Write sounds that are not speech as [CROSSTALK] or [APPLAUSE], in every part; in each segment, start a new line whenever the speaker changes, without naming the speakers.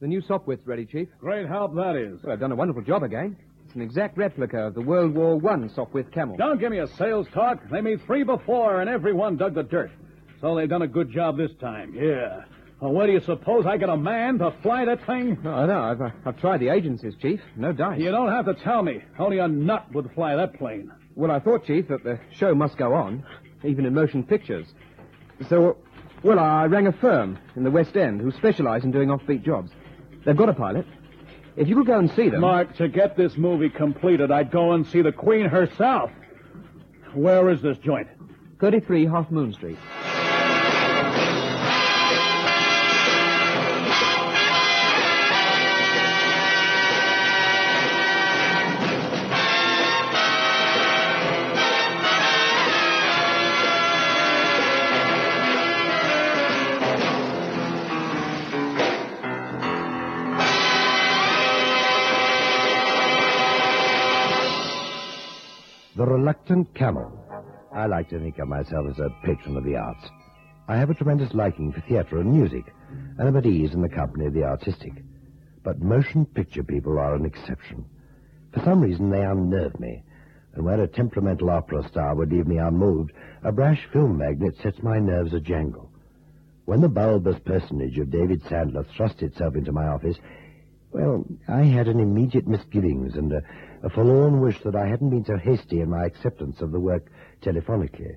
The new Sopwith's ready, Chief.
Great help that is.
Well, I've done a wonderful job again. It's an exact replica of the World War One Sopwith camel.
Don't give me a sales talk. They made three before, and every one dug the dirt. So they've done a good job this time. Yeah. Well, where do you suppose I got a man to fly that thing?
No, I know. I've, uh, I've tried the agencies, Chief. No dice.
You don't have to tell me. Only a nut would fly that plane.
Well, I thought, Chief, that the show must go on, even in motion pictures. So, uh, well, I rang a firm in the West End who specialize in doing offbeat jobs. They've got a pilot. If you could go and see them.
Mark, to get this movie completed, I'd go and see the Queen herself. Where is this joint?
33 Half Moon Street.
The Reluctant Camel. I like to think of myself as a patron of the arts. I have a tremendous liking for theatre and music, and am at ease in the company of the artistic. But motion picture people are an exception. For some reason, they unnerve me, and where a temperamental opera star would leave me unmoved, a brash film magnet sets my nerves a jangle. When the bulbous personage of David Sandler thrust itself into my office, well, I had an immediate misgivings and a, a forlorn wish that I hadn't been so hasty in my acceptance of the work telephonically.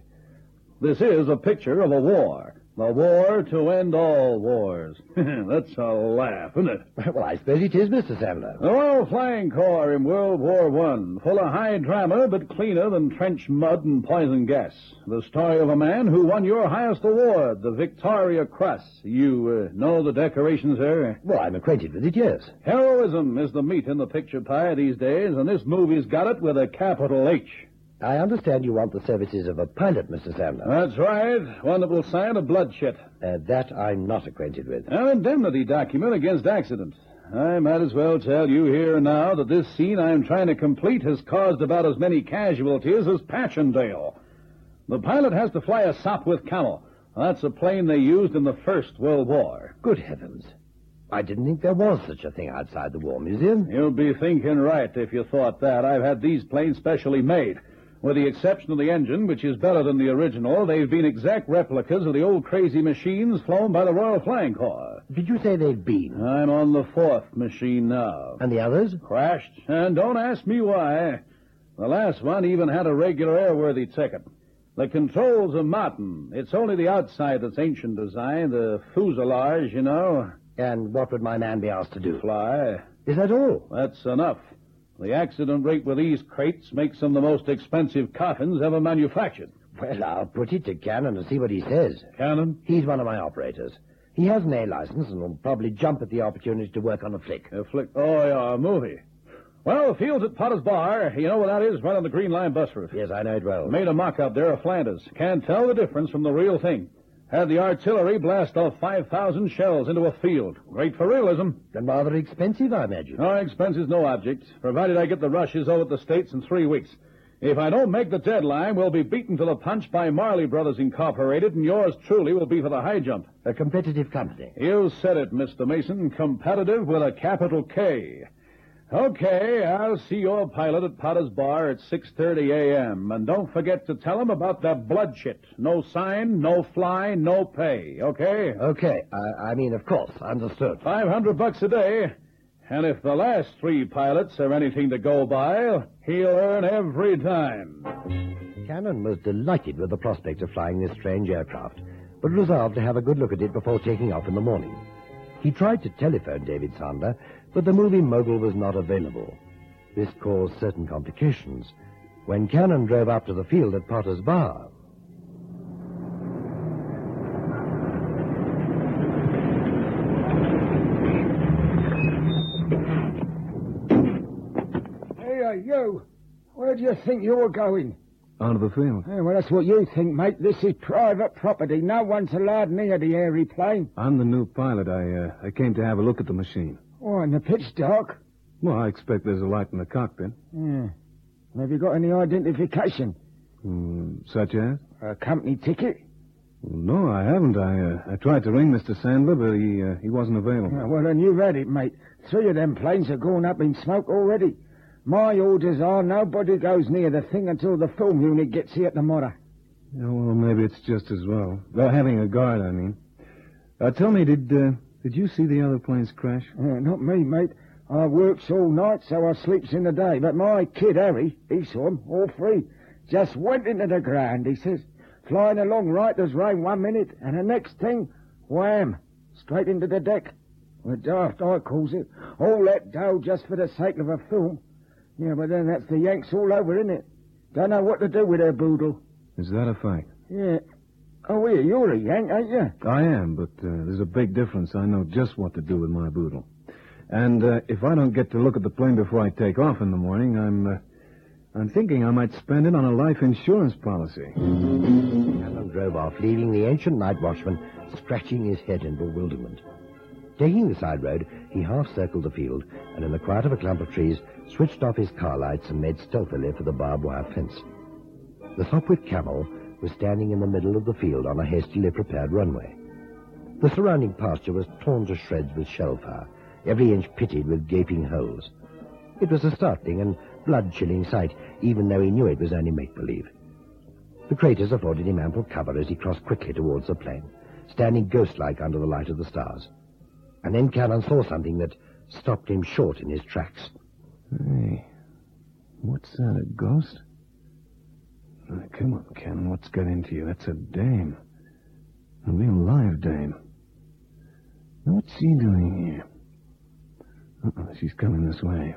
This is a picture of a war. The war to end all wars. [LAUGHS] That's a laugh, isn't it?
[LAUGHS] well, I suppose it is, Mr. Sandler.
The Royal Flying Corps in World War One, full of high drama, but cleaner than trench mud and poison gas. The story of a man who won your highest award, the Victoria Cross. You uh, know the decorations, sir?
Well, I'm acquainted with it, yes.
Heroism is the meat in the picture pie these days, and this movie's got it with a capital H.
I understand you want the services of a pilot, Mr. Sandler.
That's right, one that will sign a bloodshed.
Uh, that I'm not acquainted with.
An indemnity document against accident. I might as well tell you here and now that this scene I'm trying to complete has caused about as many casualties as Patchendale. The pilot has to fly a Sopwith Camel. That's a plane they used in the First World War.
Good heavens. I didn't think there was such a thing outside the War Museum.
You'd be thinking right if you thought that. I've had these planes specially made. With the exception of the engine, which is better than the original, they've been exact replicas of the old crazy machines flown by the Royal Flying Corps.
Did you say they'd been?
I'm on the fourth machine now.
And the others?
Crashed. And don't ask me why. The last one even had a regular airworthy ticket. The controls are modern. It's only the outside that's ancient design, the fuselage, you know.
And what would my man be asked to do?
Fly.
Is that all?
That's enough. The accident rate with these crates makes them the most expensive coffins ever manufactured.
Well, I'll put it to Cannon and see what he says.
Cannon?
He's one of my operators. He has an A license and will probably jump at the opportunity to work on a flick.
A flick. Oh, yeah, a movie. Well, Fields at Potter's Bar. You know what that is? Right on the Green Line bus route.
Yes, I know it well.
Made a mock up there of Flanders. Can't tell the difference from the real thing. Had the artillery blast off 5,000 shells into a field. Great for realism.
And rather expensive, I imagine.
No expense is no object, provided I get the rushes over at the States in three weeks. If I don't make the deadline, we'll be beaten to the punch by Marley Brothers Incorporated, and yours truly will be for the high jump.
A competitive company.
You said it, Mr. Mason. Competitive with a capital K. Okay, I'll see your pilot at Potter's Bar at 6.30 a.m. And don't forget to tell him about that bloodshed. No sign, no fly, no pay, okay?
Okay, I, I mean, of course, understood.
Five hundred bucks a day. And if the last three pilots are anything to go by, he'll earn every dime.
Cannon was delighted with the prospect of flying this strange aircraft, but resolved to have a good look at it before taking off in the morning. He tried to telephone David Sander, but the movie mogul was not available. This caused certain complications. When Cannon drove up to the field at Potter's Bar,
Hey, uh, you. Where do you think you're going?
Out of the field.
Hey, well, that's what you think, mate. This is private property. No one's allowed near the airy plane.
I'm the new pilot. I uh, I came to have a look at the machine.
Oh, and the pitch dark.
Well, I expect there's a light in the cockpit.
Yeah. Have you got any identification?
Hmm, such as?
A company ticket?
No, I haven't. I uh, I tried to ring Mr. Sandler, but he uh, he wasn't available.
Yeah, well, then you've had it, mate. Three of them planes have gone up in smoke already. My orders are nobody goes near the thing until the film unit gets here tomorrow.
Yeah, well, maybe it's just as well. Well, having a guard, I mean. Uh, tell me, did uh, did you see the other planes crash?
Uh, not me, mate. I works all night, so I sleeps in the day. But my kid, Harry, he saw 'em all three. Just went into the ground, he says. Flying along right as rain one minute, and the next thing, wham, straight into the deck. The daft I calls it. All let go just for the sake of a film. Yeah, but then that's the Yanks all over, isn't it? Don't know what to do with their boodle.
Is that a fact?
Yeah. Oh, here, you're a Yank, ain't you?
I am, but uh, there's a big difference. I know just what to do with my boodle. And uh, if I don't get to look at the plane before I take off in the morning, I'm uh, I'm thinking I might spend it on a life insurance policy.
Alan drove off, leaving the ancient night watchman scratching his head in bewilderment. Taking the side road, he half circled the field and, in the quiet of a clump of trees, switched off his car lights and made stealthily for the barbed wire fence. The Sopwith camel was standing in the middle of the field on a hastily prepared runway. The surrounding pasture was torn to shreds with shell fire, every inch pitted with gaping holes. It was a startling and blood chilling sight, even though he knew it was only make believe. The craters afforded him ample cover as he crossed quickly towards the plain, standing ghost like under the light of the stars. And then Callan saw something that stopped him short in his tracks.
Hey, what's that, a ghost? Uh, come on, Ken, what's got into you? That's a dame. A real live dame. Now, What's she doing here? Uh-oh, she's coming this way.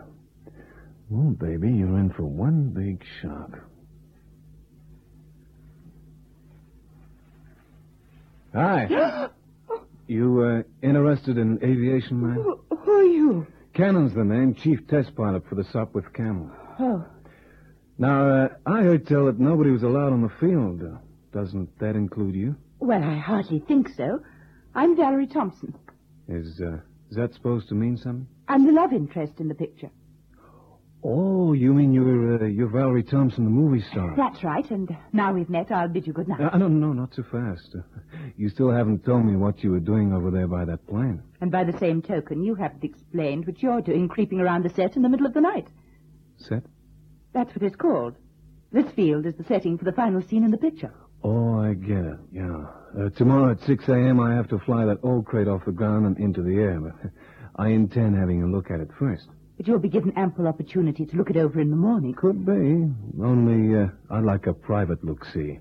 Well, baby, you're in for one big shock. Hi. you uh, interested in aviation, man?
Who, who are you?
Cannon's the name, chief test pilot for the Sopwith Camel.
Oh.
Now, uh, I heard tell that nobody was allowed on the field. Uh, Doesn't that include you?
Well, I hardly think so. I'm Valerie Thompson.
Is, uh, is that supposed to mean something?
I'm the love interest in the picture.
Oh, you mean you're, uh, you're Valerie Thompson, the movie star?
That's right, and now we've met, I'll bid you good night.
[LAUGHS] Uh, no, no, not so fast. [LAUGHS] You still haven't told me what you were doing over there by that plane.
And by the same token, you haven't explained what you're doing creeping around the set in the middle of the night.
Set?
That's what it's called. This field is the setting for the final scene in the picture.
Oh, I get it, yeah. Uh, tomorrow at 6 a.m., I have to fly that old crate off the ground and into the air, but [LAUGHS] I intend having a look at it first.
But you'll be given ample opportunity to look it over in the morning.
Could be. Only uh, I'd like a private look see.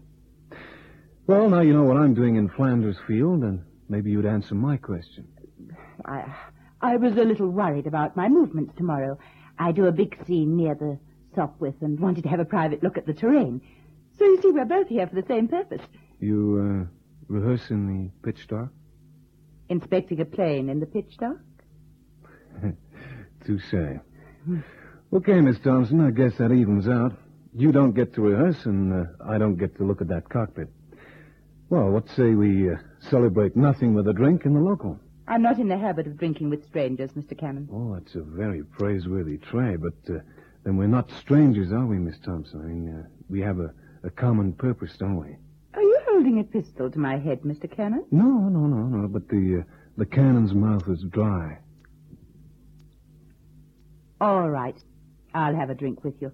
Well, now you know what I'm doing in Flanders Field, and maybe you'd answer my question.
I, I was a little worried about my movements tomorrow. I do a big scene near the Sopwith and wanted to have a private look at the terrain. So you see, we're both here for the same purpose.
You uh, rehearse in the pitch dark?
Inspecting a plane in the pitch dark?
Touche. Okay, Miss Thompson, I guess that evens out. You don't get to rehearse, and uh, I don't get to look at that cockpit. Well, what say we uh, celebrate nothing with a drink in the local?
I'm not in the habit of drinking with strangers, Mr. Cannon.
Oh, that's a very praiseworthy tray, but uh, then we're not strangers, are we, Miss Thompson? I mean, uh, we have a, a common purpose, don't we?
Are you holding a pistol to my head, Mr. Cannon?
No, no, no, no. But the uh, the cannon's mouth is dry.
All right. I'll have a drink with you.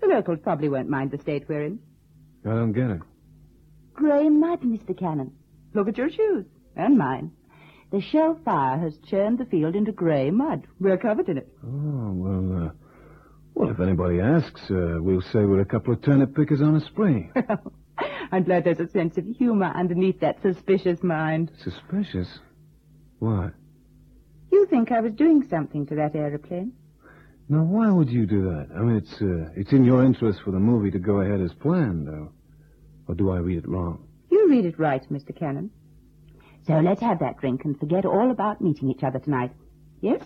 The locals probably won't mind the state we're in.
I don't get it.
Grey mud, Mr. Cannon. Look at your shoes. And mine. The shell fire has churned the field into grey mud. We're covered in it.
Oh well, uh, well, if anybody asks, uh, we'll say we're a couple of turnip pickers on a spree.
[LAUGHS] I'm glad there's a sense of humor underneath that suspicious mind.
Suspicious. Why?
You think I was doing something to that aeroplane?
Now, why would you do that? I mean, it's uh, it's in your interest for the movie to go ahead as planned, though. Or do I read it wrong?
You read it right, Mr. Cannon. So let's have that drink and forget all about meeting each other tonight. Yes?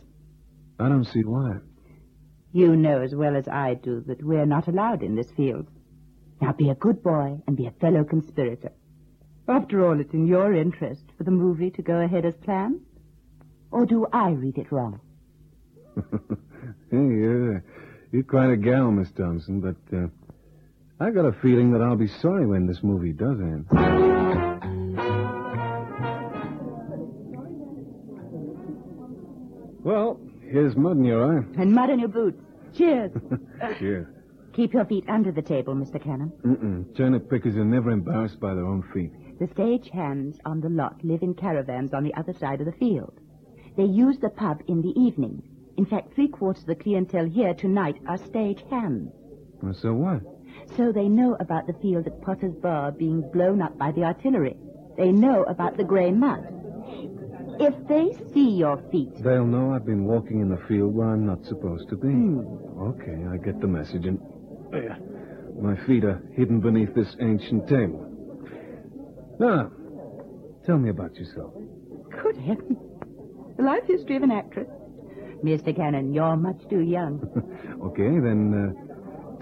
I don't see why.
You know as well as I do that we're not allowed in this field. Now be a good boy and be a fellow conspirator. After all, it's in your interest for the movie to go ahead as planned. Or do I read it wrong?
Hey, you're, you're quite a gal, Miss Thompson, but uh, I got a feeling that I'll be sorry when this movie does end. Well, here's mud in your eye.
And mud on your boots. Cheers.
Cheers.
Keep your feet under the table, Mr. Cannon.
Mm-mm. Turnip pickers are never embarrassed by their own feet.
The stage hands on the lot live in caravans on the other side of the field. They use the pub in the evening. In fact, three quarters of the clientele here tonight are stage hands.
Well, so what?
So they know about the field at Potter's Bar being blown up by the artillery. They know about the grey mud. If they see your feet,
They'll know I've been walking in the field where I'm not supposed to be.
Hmm.
Okay, I get the message, and oh, Yeah. my feet are hidden beneath this ancient table. Now, tell me about yourself.
good heavens. The life history of an actress. Mr. Cannon, you're much too young.
Okay, then uh,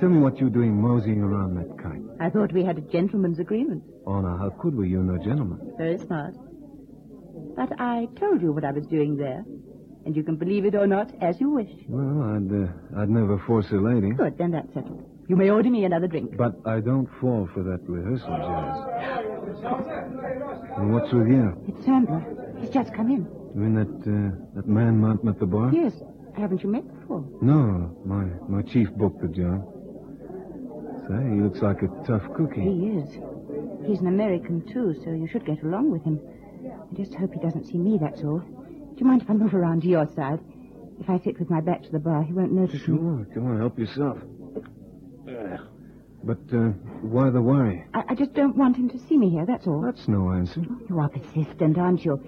tell me what you're doing moseying around that kite.
I thought we had a gentleman's agreement.
Oh, now, how could we? You're no gentleman.
Very smart. But I told you what I was doing there, and you can believe it or not as you wish.
Well, I'd, uh, I'd never force a lady.
Good, then that's settled. You may order me another drink.
But I don't fall for that rehearsal jazz. And what's with you?
It's Sandler. He's just come in.
You mean that uh, that man Martin at the bar?
Yes. Haven't you met before?
No, my my chief booked the job. Say, he looks like a tough cookie.
He is. He's an American, too, so you should get along with him. I just hope he doesn't see me, that's all. Do you mind if I move around to your side? If I sit with my back to the bar, he won't notice me.
Sure, come on, help yourself. But uh, why the worry?
I, I just don't want him to see me here, that's all.
That's no answer.
You are persistent, aren't you?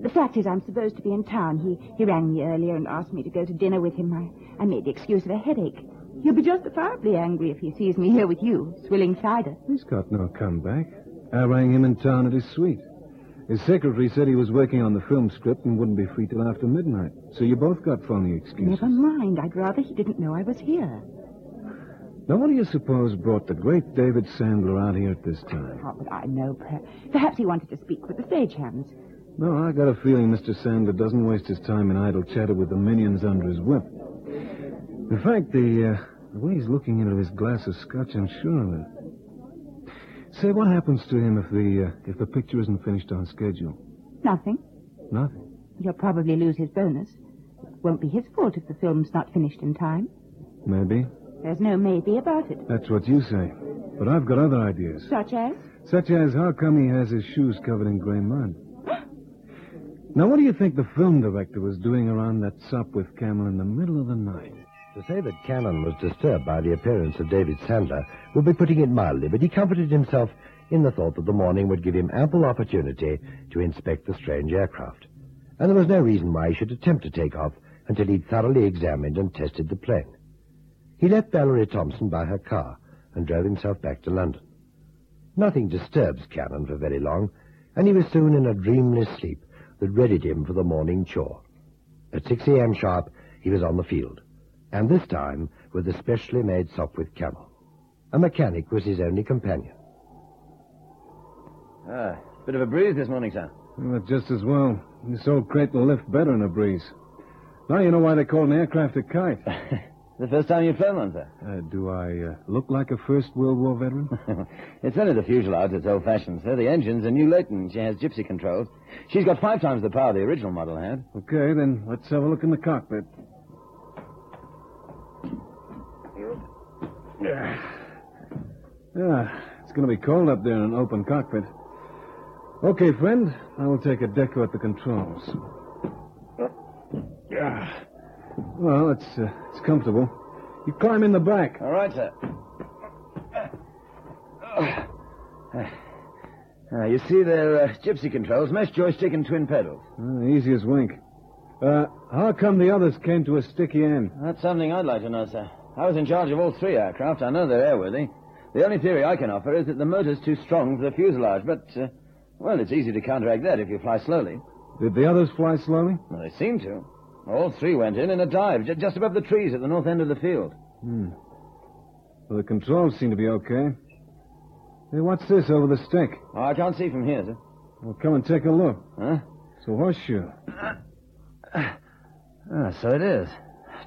The fact is, I'm supposed to be in town. He, he rang me earlier and asked me to go to dinner with him. I, I made the excuse of a headache. He'll be justifiably angry if he sees me here with you, swilling cider.
He's got no comeback. I rang him in town at his suite. His secretary said he was working on the film script and wouldn't be free till after midnight. So you both got phony excuses.
Never mind. I'd rather he didn't know I was here.
Now, what do you suppose brought the great David Sandler out here at this time?
What would I know? Per- Perhaps he wanted to speak with the stagehands.
No, I got a feeling Mr. Sandler doesn't waste his time in idle chatter with the minions under his whip. In fact, the, uh, the way he's looking into his glass of scotch, I'm sure of it. Say, what happens to him if the uh, if the picture isn't finished on schedule?
Nothing.
Nothing.
He'll probably lose his bonus. It won't be his fault if the film's not finished in time.
Maybe.
There's no maybe about it.
That's what you say. But I've got other ideas.
Such as?
Such as how come he has his shoes covered in gray mud? Now, what do you think the film director was doing around that sop with Camel in the middle of the night?
To say that Cannon was disturbed by the appearance of David Sandler would be putting it mildly, but he comforted himself in the thought that the morning would give him ample opportunity to inspect the strange aircraft. And there was no reason why he should attempt to take off until he'd thoroughly examined and tested the plane. He left Valerie Thompson by her car and drove himself back to London. Nothing disturbs Cannon for very long, and he was soon in a dreamless sleep that readied him for the morning chore. At 6 a.m. sharp, he was on the field and this time with a specially made sop with camel. A mechanic was his only companion.
Ah, bit of a breeze this morning, sir.
Well, just as well. This old crate will lift better in a breeze. Now you know why they call an aircraft a kite.
[LAUGHS] The first time you've flown one, sir.
Uh, do I uh, look like a First World War veteran?
it's only the fuselage that's old fashioned, sir. The engine's a new Leighton. She has gypsy controls. She's got five times the power the original model had.
okay, then let's have a look in the cockpit. Yeah, it's going to be cold up there in an open cockpit. Okay, friend, I will take a deco at the controls. Yeah. Well, it's uh, it's comfortable. You climb in the back.
All right, sir. Ah, you see, they're uh, gypsy controls, mesh joystick, and twin pedals.
Uh, easy as wink. Uh, how come the others came to a sticky end?
That's something I'd like to know, sir. I was in charge of all three aircraft. I know they're airworthy. The only theory I can offer is that the motor's too strong for the fuselage, but, uh, well, it's easy to counteract that if you fly slowly.
Did the others fly slowly?
Well, they seem to. All three went in in a dive, ju- just above the trees at the north end of the field.
Well, the controls seem to be okay. Hey, what's this over the stick?
Oh, I can't see from here, sir.
Well, come and take a look.
Huh?
It's a horseshoe.
Ah, so it is.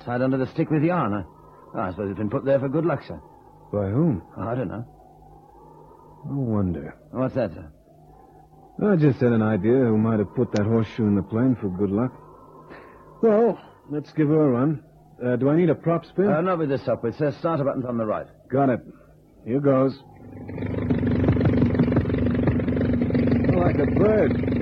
Tied under the stick with yarn. huh? Ah, I suppose it's been put there for good luck, sir.
By whom?
I don't know.
I wonder.
What's that, sir?
I just had an idea who might have put that horseshoe in the plane for good luck. Well, let's give her a run. Uh, do I need a prop spin?
Uh, not with this up. It says starter buttons on the right.
Got it. Here goes. Like a bird.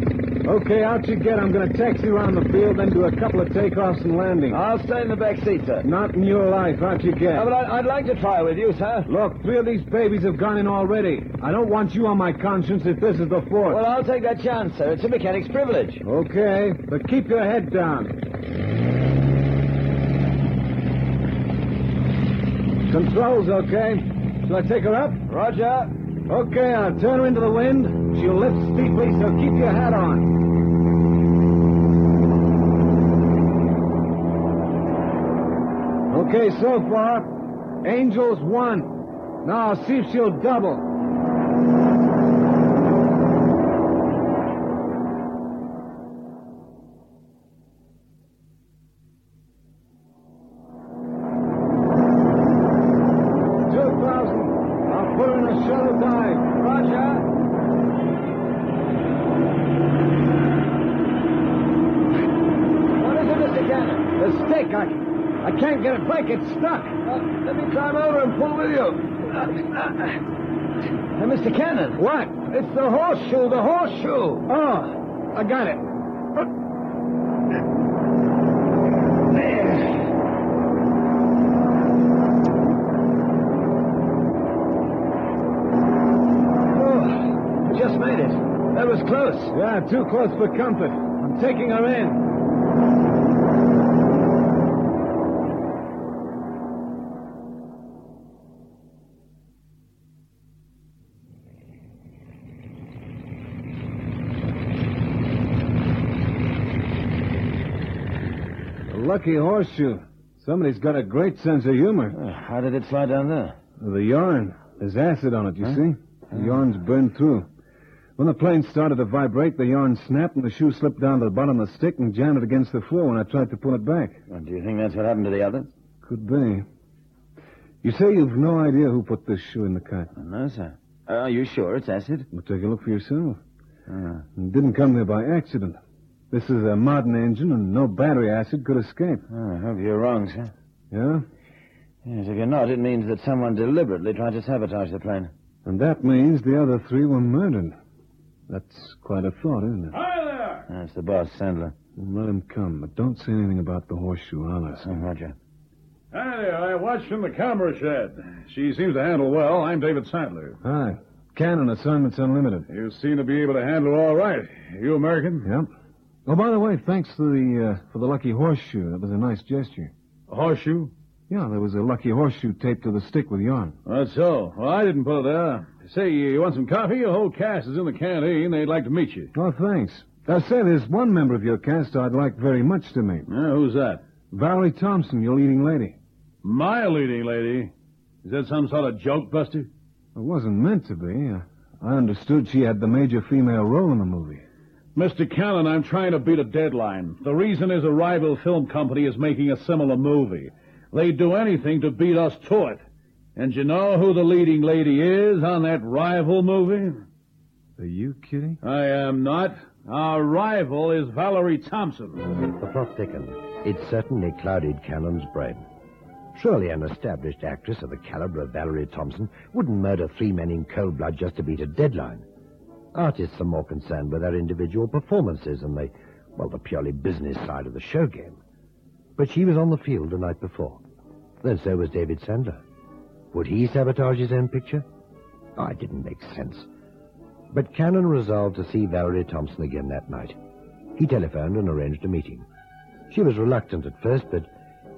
Okay, out you get. I'm going to taxi around the field, then do a couple of takeoffs and landings.
I'll stay in the back seat, sir.
Not in your life. Out you get.
Uh, but I, I'd like to try with you, sir.
Look, three of these babies have gone in already. I don't want you on my conscience if this is the fourth.
Well, I'll take that chance, sir. It's a mechanic's privilege.
Okay, but keep your head down. Controls okay. Shall I take her up?
Roger.
Okay, I'll turn her into the wind. She'll lift steeply, so keep your hat on. Okay, so far, Angel's one. Now, see if she'll double. Two thousand. I'll put her in a shallow dive. Roger.
What is it, Mr. Cannon?
The stick. I, I can't get it back. It's stuck.
let me climb over and pull with you. Mr. Cannon.
What?
It's the horseshoe, the horseshoe.
Oh, I got it.
Oh, I just made it. That was close.
Yeah, too close for comfort. I'm taking her in. A Lucky horseshoe. Somebody's got a great sense of humor.
Uh, How did it slide down there? Uh.
The yarn. There's acid on it, you see? The yarn's burned through. When the plane started to vibrate, the yarn snapped and the shoe slipped down to the bottom of the stick and jammed it against the floor when I tried to pull it back.
do you think that's what happened to the others?
Could be. You say you've no idea who put this shoe in the cart.
No, sir. Uh, are you sure it's acid?
Well, take a look for yourself. It didn't come there by accident. This is a modern engine and no battery acid could escape.
Ah, I hope you're wrong, sir.
Yeah?
Yes, if you're not, it means that someone deliberately tried to sabotage the plane.
And that means the other three were murdered. That's quite a thought, isn't it?
That's the boss, Sandler.
Let him come, but don't say anything about the horseshoe, Alice.
Oh, Roger. Hi there. I watched from the camera shed. She seems to handle well. I'm David Sandler.
Hi. Cannon assignments unlimited.
You seem to be able to handle all right. You American?
Yep. Oh, by the way, thanks for the uh, for the lucky horseshoe. That was a nice gesture.
Horseshoe?
Yeah, there was a lucky horseshoe taped to the stick with yarn.
That's so. Well, I didn't put it there. Say, you want some coffee? Your whole cast is in the canteen. They'd like to meet you.
Oh, thanks. I say there's one member of your cast I'd like very much to meet.
Yeah, who's that?
Valerie Thompson, your leading lady.
My leading lady. Is that some sort of joke, Buster?
It wasn't meant to be. Uh, I understood she had the major female role in the movie.
Mr. Cannon, I'm trying to beat a deadline. The reason is a rival film company is making a similar movie. They'd do anything to beat us to it. And you know who the leading lady is on that rival movie?
Are you kidding?
I am not. Our rival is Valerie Thompson.
The plot thickened. It certainly clouded Cannon's brain. Surely an established actress of the caliber of Valerie Thompson wouldn't murder three men in cold blood just to beat a deadline. Artists are more concerned with their individual performances and the, well, the purely business side of the show game. But she was on the field the night before. Then so was David Sandler. Would he sabotage his own picture? Oh, it didn't make sense. But Cannon resolved to see Valerie Thompson again that night. He telephoned and arranged a meeting. She was reluctant at first, but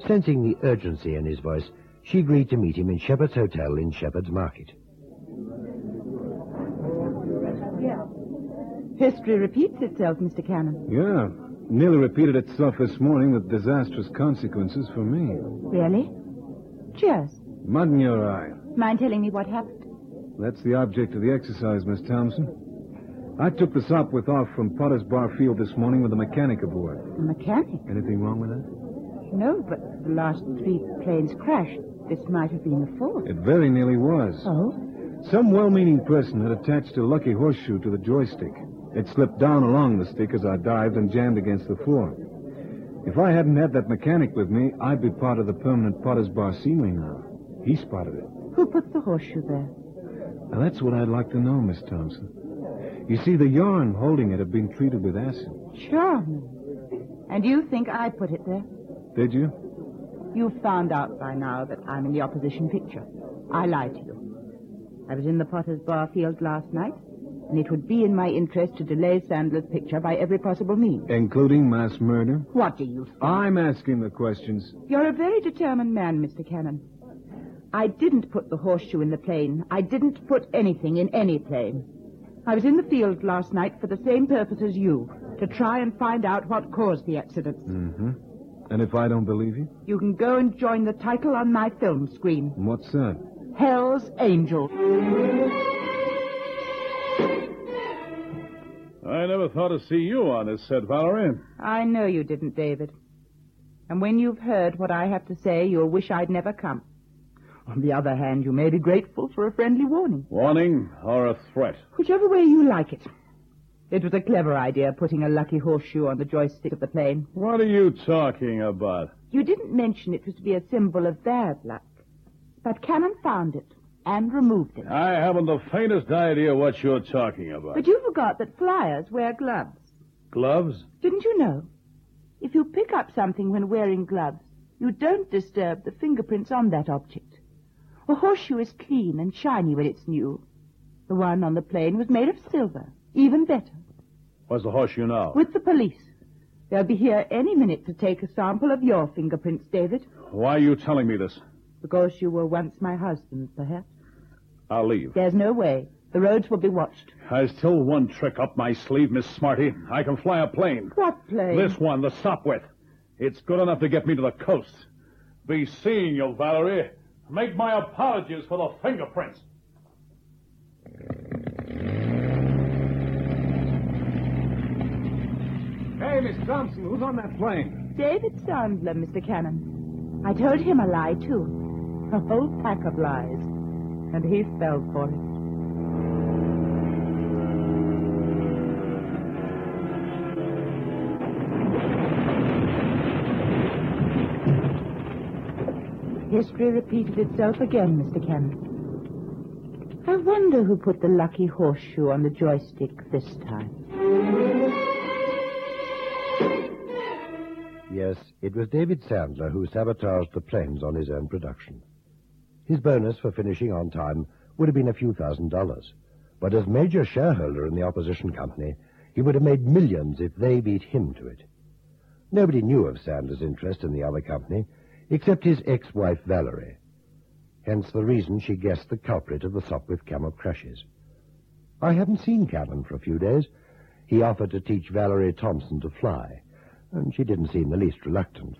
sensing the urgency in his voice, she agreed to meet him in Shepherd's Hotel in Shepherd's Market.
History repeats itself, Mr. Cannon.
Yeah. Nearly repeated itself this morning with disastrous consequences for me.
Really? Cheers.
Mud in your eye.
Mind telling me what happened?
That's the object of the exercise, Miss Thompson. I took the sop with off from Potter's Bar Field this morning with a mechanic aboard.
A mechanic.
Anything wrong with that?
No, but the last three planes crashed. This might have been the fourth.
It very nearly was.
Oh?
Some well meaning person had attached a lucky horseshoe to the joystick. It slipped down along the stick as I dived and jammed against the floor. If I hadn't had that mechanic with me, I'd be part of the permanent Potter's Bar scenery now. He spotted it.
Who put the horseshoe there?
Now, that's what I'd like to know, Miss Thompson. You see, the yarn holding it had been treated with acid.
Charming. And you think I put it there?
Did you?
You've found out by now that I'm in the opposition picture. I lied to you. I was in the Potter's Bar field last night, and it would be in my interest to delay Sandler's picture by every possible means.
Including mass murder?
What do you think?
I'm asking the questions.
You're a very determined man, Mr. Cannon. I didn't put the horseshoe in the plane. I didn't put anything in any plane. I was in the field last night for the same purpose as you, to try and find out what caused the accident.
Hmm. And if I don't believe you?
You can go and join the title on my film screen.
What's that?
Hell's Angel.
I never thought to see you on this set, Valerie.
I know you didn't, David. And when you've heard what I have to say, you'll wish I'd never come. On the other hand, you may be grateful for a friendly warning,
Warning or a threat?
whichever way you like it. It was a clever idea putting a lucky horseshoe on the joystick of the plane.
What are you talking about?
You didn't mention it was to be a symbol of bad luck. But Cannon found it and removed it.
I haven't the faintest idea what you're talking about.
But you forgot that flyers wear gloves.
Gloves?
Didn't you know? If you pick up something when wearing gloves, you don't disturb the fingerprints on that object. A horseshoe is clean and shiny when it's new. The one on the plane was made of silver, even better,
Where's the horseshoe now?
with the police. They'll be here any minute to take a sample of your fingerprints, David,
Why are you telling me this?
because you were once my husband, perhaps.
I'll leave.
There's no way. The roads will be watched.
I've still one trick up my sleeve, Miss Smarty. I can fly a plane.
What plane?
This one, the Sopwith. It's good enough to get me to the coast. Be seeing you, Valerie. Make my apologies for the fingerprints.
Hey, Miss Thompson, who's on that plane?
David Sandler, Mr. Cannon. I told him a lie, too. A whole pack of lies. And he fell for it. History repeated itself again, Mr. Cannon. I wonder who put the lucky horseshoe on the joystick this time.
Yes, it was David Sandler who sabotaged the planes on his own production. His bonus for finishing on time would have been a few thousand dollars, but as major shareholder in the opposition company, he would have made millions if they beat him to it. Nobody knew of Sandler's interest in the other company except his ex-wife Valerie. Hence the reason she guessed the culprit of the Sopwith Camel crashes. I hadn't seen Cannon for a few days. He offered to teach Valerie Thompson to fly, and she didn't seem the least reluctant.